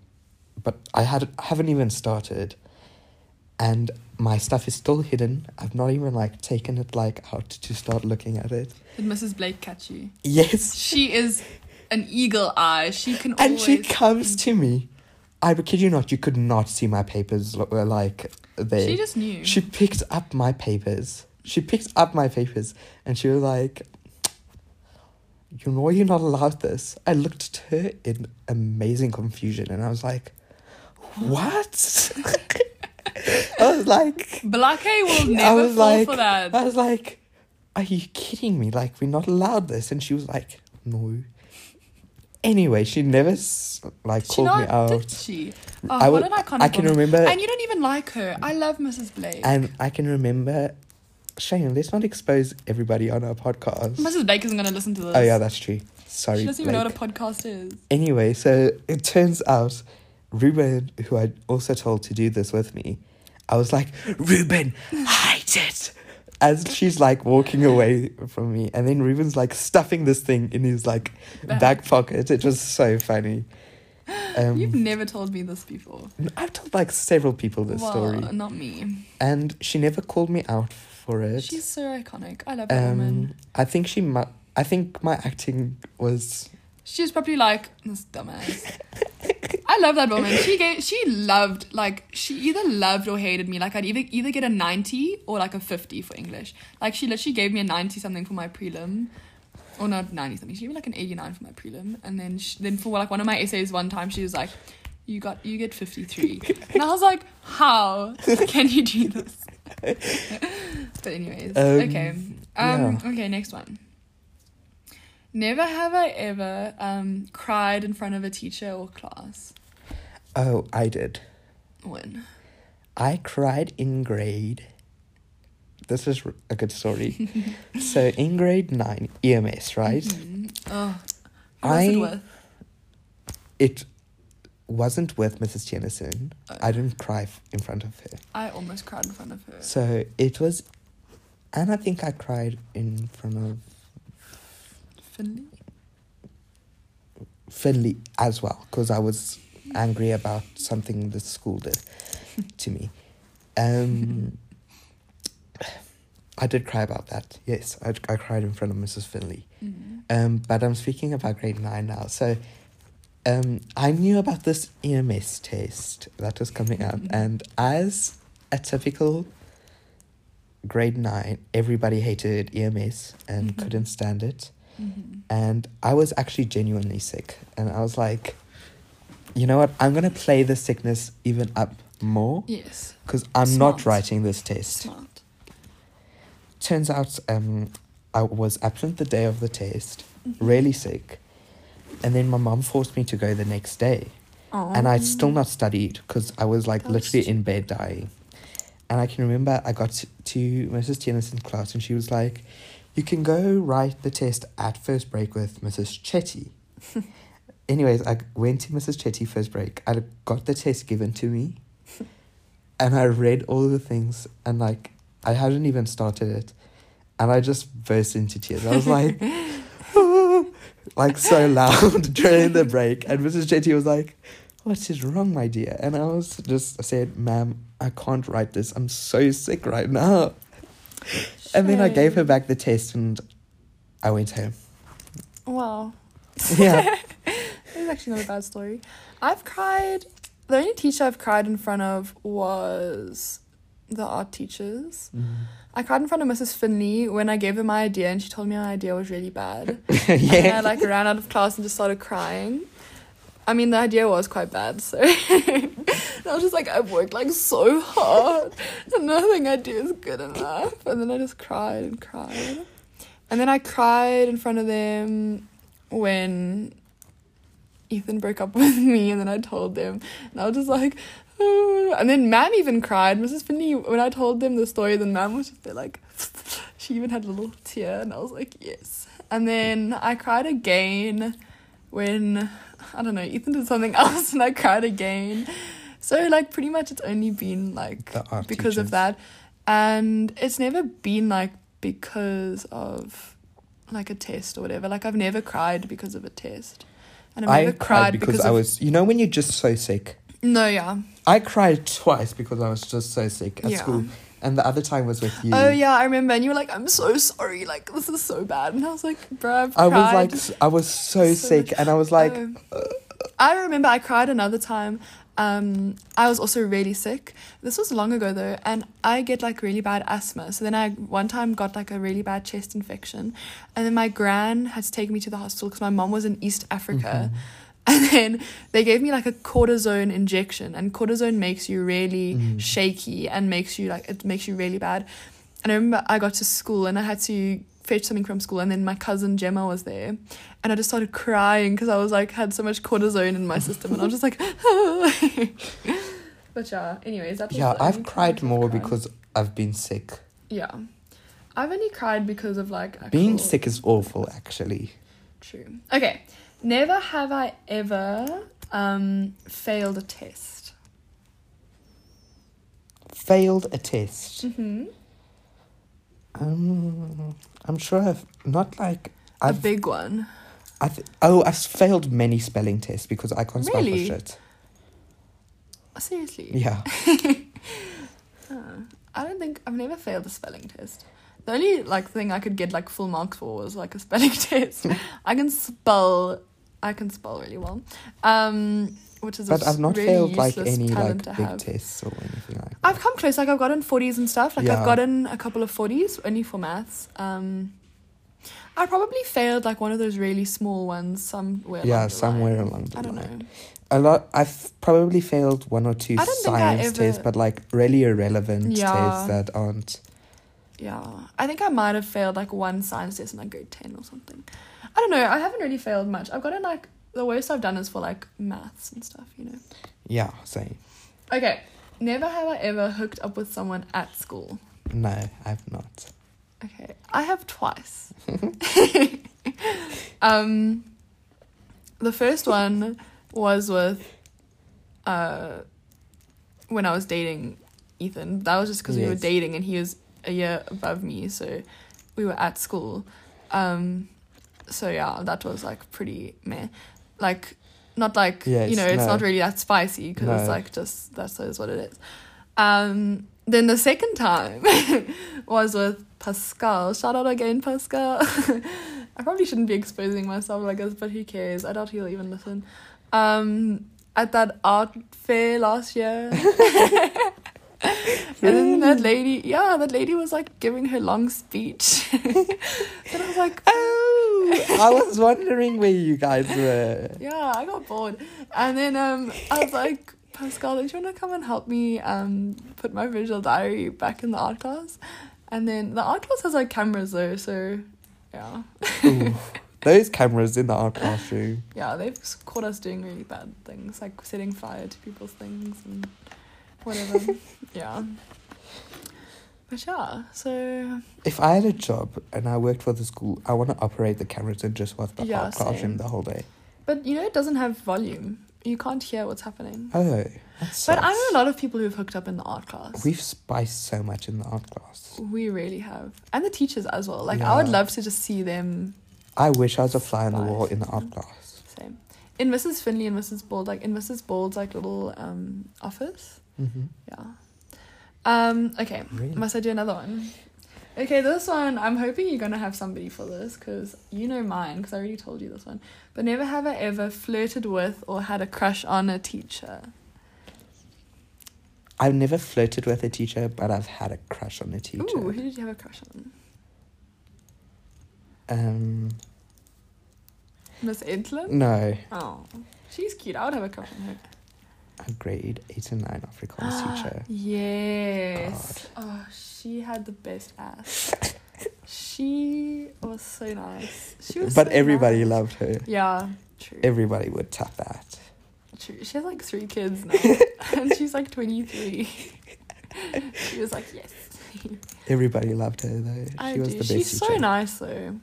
but I had I haven't even started, and my stuff is still hidden. I've not even like taken it like out to start looking at it. Did Mrs. Blake catch you? Yes, She is an eagle eye. She can and always she comes to me. I kid you not, you could not see my papers lo- were like there. She just knew. She picked up my papers. She picked up my papers and she was like, You know, you're not allowed this. I looked at her in amazing confusion and I was like, What? I was like, Blake will I never was fall like, for that. I was like, Are you kidding me? Like, we're not allowed this. And she was like, No. Anyway, she never s- like Did she called not, me out. Did she? Oh, I what would- an iconic I can woman. remember And you don't even like her. I love Mrs. Blake. And I can remember, Shane, let's not expose everybody on our podcast. Mrs. Blake isn't going to listen to this. oh, yeah, that's true. Sorry. She doesn't even know Blake. what a podcast is. Anyway, so it turns out Ruben, who I also told to do this with me, I was like, Ruben, hide it. As she's like walking away from me, and then Ruben's like stuffing this thing in his like Back. back, pocket. It was so funny. Um, You've never told me this before. I've told like several people this well, story, not me. and she never called me out for it. She's so iconic. I love that Um, woman. I think she might. I think my acting was. She was probably like, this dumbass. I love that woman. She gave, she loved, like, she either loved or hated me. Like, I'd either, either get a 90 or like a 50 for English. Like, she literally gave me a 90 something for my prelim. Or not 90 something. She gave me like an 89 for my prelim. And then, she, then for like one of my essays one time, she was like, you got, you get 53. and I was like, how can you do this? but anyways, Um, okay. Um, yeah. Okay, next one. Never have I ever um, cried in front of a teacher or class. Oh, I did. When? I cried in grade. This is r- a good story. so in grade nine, EMS, right? Mhm. Oh, who was I- it with? It wasn't with Mrs. Jennison. I didn't cry f- in front of her. I almost cried in front of her. So it was, and I think I cried in front of Finley? Finley as well because I was angry about something the school did to me. Um, I did cry about that. Yes, I, I cried in front of Mrs. Finley. Mhm. Um, but I'm speaking about grade nine now. So um, I knew about this EMS test that was coming up, Mm-hmm. and as a typical grade nine, everybody hated EMS and Mhm. couldn't stand it. Mhm. And I was actually genuinely sick, and I was like, you know what? I'm gonna play the sickness even up more Yes. because I'm Smart. not writing this test. Smart. Turns out um, I was absent the day of the test, Mm-hmm. really sick. And then my mum forced me to go the next day. And I'd still not studied because I was like literally Gosh. in bed dying. And I can remember I got to, to Mrs. Tienison's class and she was like, You can go write the test at first break with Mrs. Chetty. Anyways, I went to Mrs. Chetty first break. I got the test given to me and I read all the things and like I hadn't even started it. And I just burst into tears. I was like, like so loud during the break. And Mrs. Chetty was like, What is wrong, my dear? And I was just I said, Ma'am, I can't write this. I'm so sick right now. And then I gave her Shame. back the test and I went home. Wow. Yeah. It's actually not a bad story. I've cried. The only teacher I've cried in front of was the art teachers. I cried in front of Mrs. Finley when I gave her my idea and she told me my idea was really bad. And I yeah. like ran out of class and just started crying. I mean, the idea was quite bad, so I was just like, I've worked like so hard, and nothing I do is good enough. And then I just cried and cried, and then I cried in front of them when Ethan broke up with me, and then I told them, and I was just like, "Oh." and then Mam even cried. Mrs. Finney, when I told them the story, then Mam was just there like, she even had a little tear, and I was like, yes. And then I cried again when I don't know Ethan did something else, and I cried again. So like pretty much it's only been like The art because of teachers. that, and it's never been like because of like a test or whatever. Like I've never cried because of a test. And I've I never cried because, I of- was, you know, when you're just so sick. no, yeah. I cried twice because I was just so sick at Yeah. school. And the other time was with you. Oh yeah, I remember. And you were like, "I'm so sorry. Like this is so bad." And I was like, "Bruh, I've I was cried." like, s- I was so, So sick, much- and I was like, Um, I remember I cried another time. Um, I was also really sick. This was long ago though, and I get like really bad asthma. So then I one time got like a really bad chest infection, and then my gran had to take me to the hospital because my mom was in East "Mm, Mm-hmm. Africa. And then they gave me like a cortisone injection, and cortisone makes you really Mm. shaky and makes you like it makes you really bad. And I remember I got to school and I had to fetch something from school, and then my cousin Gemma was there, and I just started crying because I was like had so much cortisone in my system, and I was just like. but yeah, anyways, that was yeah, the I've only time cried more cried. because I've been sick. yeah, I've only cried because of like actual, Being sick is awful, actually. True. Okay, never have I ever um failed a test. Failed a test. Mm-hmm. Um, I'm sure I've not like A I've big one. I th- oh I've failed many spelling tests because I can't spell Really? for shit. Seriously. Yeah, Oh, I don't think I've never failed a spelling test. The only like thing I could get like full marks for was like a spelling test. I can spell. I can spell really well, um, which is a but I've not really failed like useless any talent like to big have. tests or anything like. I've come close. Like I've gotten forties and stuff. Like I've Yeah. gotten a couple of forties, only for maths. Um, I probably failed like one of those really small ones somewhere. along Yeah, the somewhere line. along the I don't line. know. A lot. I've probably failed one or two I don't think I science ever- tests, but like really irrelevant Yeah. tests that aren't. Yeah, I think I might have failed like one science test in like grade ten or something. I don't know. I haven't really failed much. I've gotten like the worst I've done is for like maths and stuff, you know. Yeah, same. Okay, never have I ever hooked up with someone at school. No, I've not. Okay, I have twice. um, the first one was with uh, when I was dating Ethan. That was just because we were Yes. dating, and he was a year above me, so we were at school. Um, so yeah, that was like pretty meh. Like, not like Yes, you know, it's no. not really that spicy because it's No. like just that's is what it is. Um, then the second time was with Pascal. Shout out again, Pascal. I probably shouldn't be exposing myself like this, but who cares? I doubt he'll even listen. Um, at that art fair last year. and then that lady, yeah, that lady was like giving her long speech. and I was like, Oh, I was wondering where you guys were. yeah, I got bored. And then um, I was like, Pascal, don't you want to come and help me um, put my visual diary back in the art class? And then the art class has like cameras though, so yeah. Ooh, those cameras in the art classroom. Yeah, they've s- caught us doing really bad things, like setting fire to people's things and whatever. yeah. But yeah, so If I had a job and I worked for the school, I want to operate the cameras and just watch the Yeah, art classroom same. the whole day. but you know it doesn't have volume. You can't hear what's happening. Oh, that's But I know a lot of people who've hooked up in the art class. We've spiced so much in the art class. We really have. And the teachers as well. Like I would Yeah. love to just see them I wish I was a fly on the wall in the Spice. art class. same. In Mrs. Finley and Mrs. Bold, like in Mrs. Bold's like little um office. Mm-hmm. Yeah. Um, okay. Really? Must I do another one? Okay, this one, I'm hoping you're going to have somebody for this because you know mine because I already told you this one. But never have I ever flirted with or had a crush on a teacher. I've never flirted with a teacher, but I've had a crush on a teacher. Ooh, who did you have a crush on? Um, Miss Edlin? no, Oh, she's cute. I would have a crush on her. a grade eight and nine Afrikaans teacher. Yes. Oh, she had the best ass. she was so nice. She was But so everybody nice. loved her. Yeah, true. Everybody would tap that. She, she has like three kids now, and she's like 23. she was like, yes. Everybody loved her though. I she was do. the best She's teacher. so nice, though.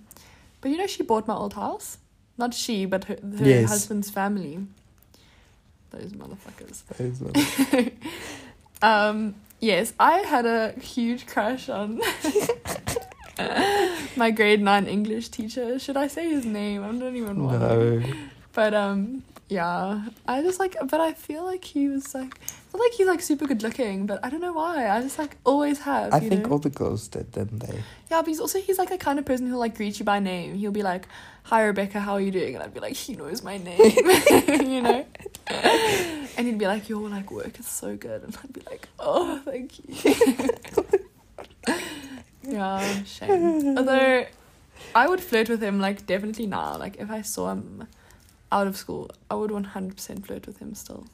But you know, she bought my old house. Not she, but her, her Yes. husband's family. Those motherfuckers. Those were- Um, yes, I had a huge crush on my grade 9 English teacher. Should I say his name? I don't even want to. no. But um, yeah, I just like, but I feel like he was like, not like he's like super good looking, but I don't know why. I just like always have. I you think know? all the girls did, didn't they? yeah, but he's also he's like the kind of person who'll like greet you by name. He'll be like, "Hi Rebecca, how are you doing?" And I'd be like, "He knows my name," you know. and he'd be like, "Your like work is so good," and I'd be like, "Oh, thank you." yeah, shame. Although, I would flirt with him like definitely now. Like if I saw him out of school, I would one hundred percent flirt with him still.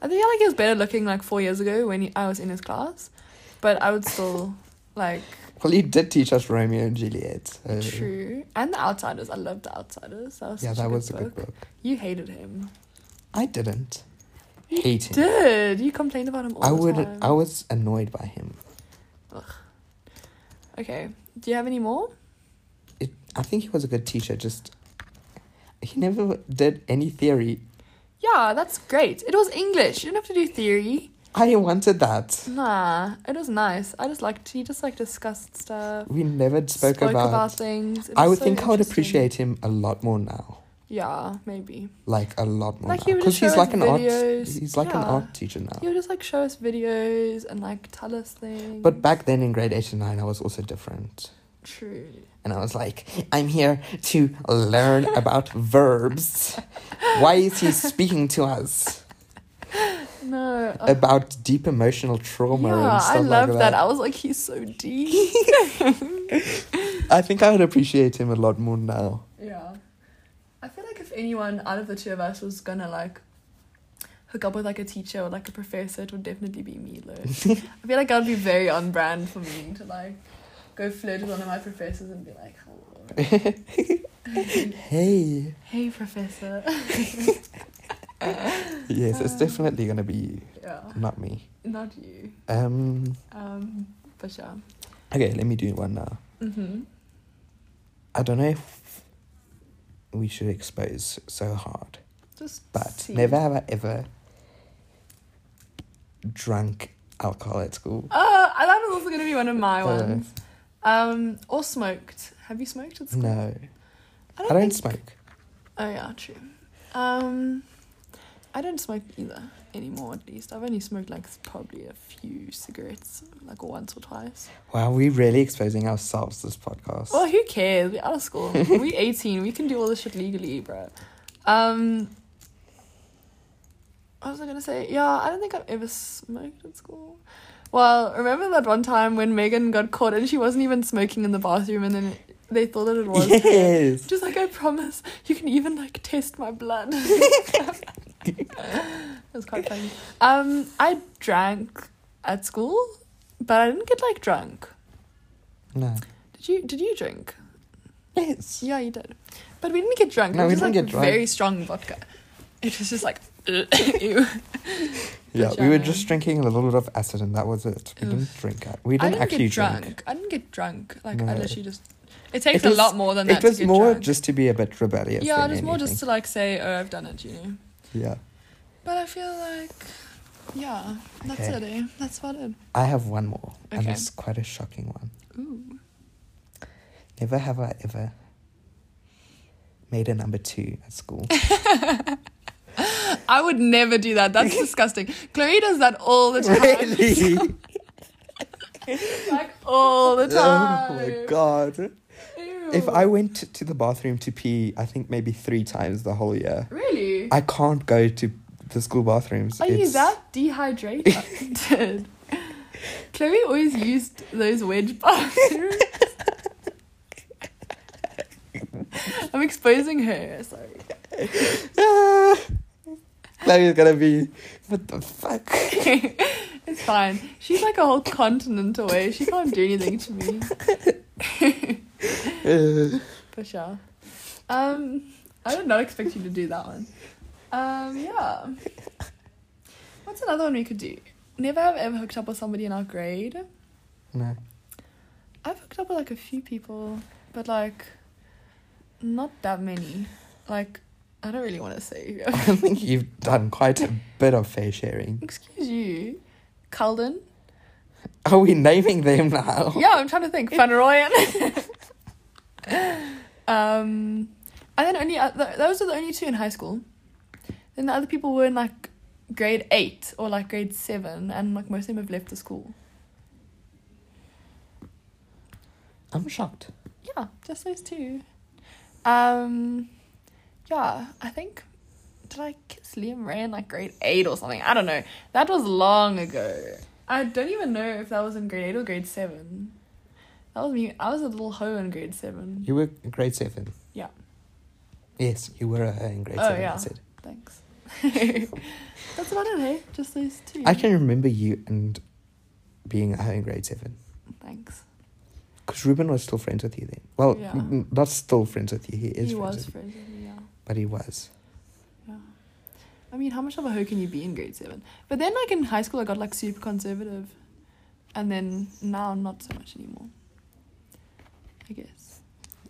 I think like he was better looking like four years ago when he, I was in his class, but I would still like Well, he did teach us Romeo and Juliet. so- True. And The Outsiders. I loved The Outsiders. That was Yeah, such that was a book. good book. You hated him. I didn't hate him. Did you complained about him all I the would. time? I was annoyed by him. Okay. Do you have any more? It, I think he was a good teacher. Just he never did any theory. Yeah, that's great. It was English. You didn't have to do theory. I wanted that. Nah, it was nice. I just liked he just like discussed stuff. We never spoke, about. things. It I was would so think I would interesting. appreciate him a lot more now. Yeah, maybe. Like a lot more Like, he now. would Because just show he's us like an art. videos. He's like an Yeah. art teacher now. He would just like show us videos and like tell us things. But back then in grade eight and nine, I was also different. true. And I was like, I'm here to learn about verbs. Why is he speaking to us No. uh, about deep emotional trauma yeah, and stuff I love like that. that? I was like, he's so deep. I think I would appreciate him a lot more now. Yeah. I feel like if anyone out of the two of us was gonna like hook up with like a teacher or like a professor, it would definitely be me though. I feel like that would be very on brand for me to like go flirt with one of my professors and be like, hello. Hey. Hey professor. Yes, it's definitely going to be you, yeah. not me. Not you. Um, Um but yeah. okay, let me do one now. Mm-hmm. I don't know if we should expose so hard, Just but see. never have I ever drunk alcohol at school. Oh, I thought it was also gonna be one of my Uh, ones. Um or smoked. Have you smoked at school? No, I I don't think- smoke. Oh yeah, true. Um, I don't smoke either anymore, at least. I've only smoked like s- probably a few cigarettes, like once or twice. Wow, we're really exposing ourselves this podcast. Well, who cares? We're out of school. we 18. We can do all this shit legally, bro. Um, what was I going to say? Yeah, I don't think I've ever smoked at school. Well, remember that one time when Megan got caught and she wasn't even smoking in the bathroom and then they thought that it was? Yes. Just like, I promise, you can even like test my blood. It was quite funny. Um, I drank at school, but I didn't get like drunk. No. Did you? Did you drink? Yes. Yeah, you did. But we didn't get drunk. No, it we was just, didn't like, get drunk. Very strong vodka. It was just like, ew. Yeah, we were just Jam. drinking a little bit of acid and that was it. We didn't drink it. We I didn't, didn't actually get drunk. drink. I didn't get drunk. Like No. I literally just. It takes was- a lot more than that. It was to get more drunk. just to be a bit rebellious. Yeah, it than was more anything. just to like say, oh, I've done it, you know. Yeah. But I feel like, yeah, that's Okay. it. Eh? That's about it. I have one more, and Okay. it's quite a shocking one. Ooh. Never have I ever made a number two at school. I would never do that. That's disgusting. Chloe does that all the time. really? Like all the time. Oh my god. Ew. If I went to the bathroom to pee, I think maybe three times the whole year. Really? I can't go to the school bathrooms. Are you It's- that dehydrated? Chloe always used those wedge bathrooms. I'm exposing her. Sorry. Ah, Chloe's gonna be. What the fuck? it's fine. She's like a whole continent away. She can't do anything to me. Uh, For sure. Um, I did not expect you to do that one. Um, yeah. What's another one we could do? Never have ever hooked up with somebody in our grade. no. I've hooked up with like a few people, but like, not that many. Like, I don't really want to say. I think you've done quite a bit of fair sharing. Excuse you, Calden. Are we naming them now? Yeah, I'm trying to think. Fanaroyan. um, and then only uh, th- those are the only two in high school. Then the other people were in like grade eight or like grade seven, and like most of them have left the school. I'm shocked. Yeah, just those two. Um, yeah, I think did I kiss Liam Ray in like grade eight or something? I don't know. That was long ago. I don't even know if that was in grade eight or grade seven. That was me. I was a little hoe in grade seven. You were in grade seven. Yeah. Yes, you were a her in grade Oh, seven. yeah. I said. Thanks. That's about it, hey? Just those two. I can remember you and being a her in grade seven. Thanks. Because Ruben was still friends with you then. Well, Yeah. n- not still friends with you. He is he friends with was you. friends with me, yeah. But he was. Yeah. I mean, how much of a hoe can you be in grade seven? But then, like, in high school, I got, like, super conservative. And then now, not so much anymore. I guess.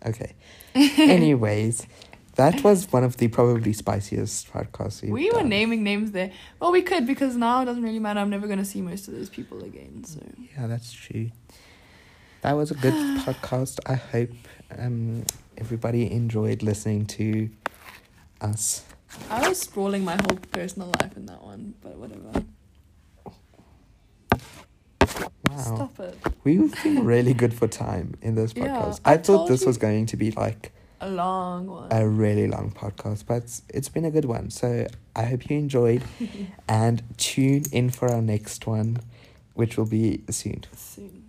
Okay. Anyways, that was one of the probably spiciest podcasts we've we were done. naming names there. Well, we could because now it doesn't really matter. I'm never going to see most of those people again. So, Yeah, that's true. That was a good podcast. I hope um, everybody enjoyed listening to us. I was sprawling my whole personal life in that one, but whatever. Wow. Stop it. We've been really good for time in this Yeah, podcast. I I, thought told this you- was going to be like A long one. a really long podcast, but it's- it's been a good one. So I hope you enjoyed and tune in for our next one, which will be soon. soon.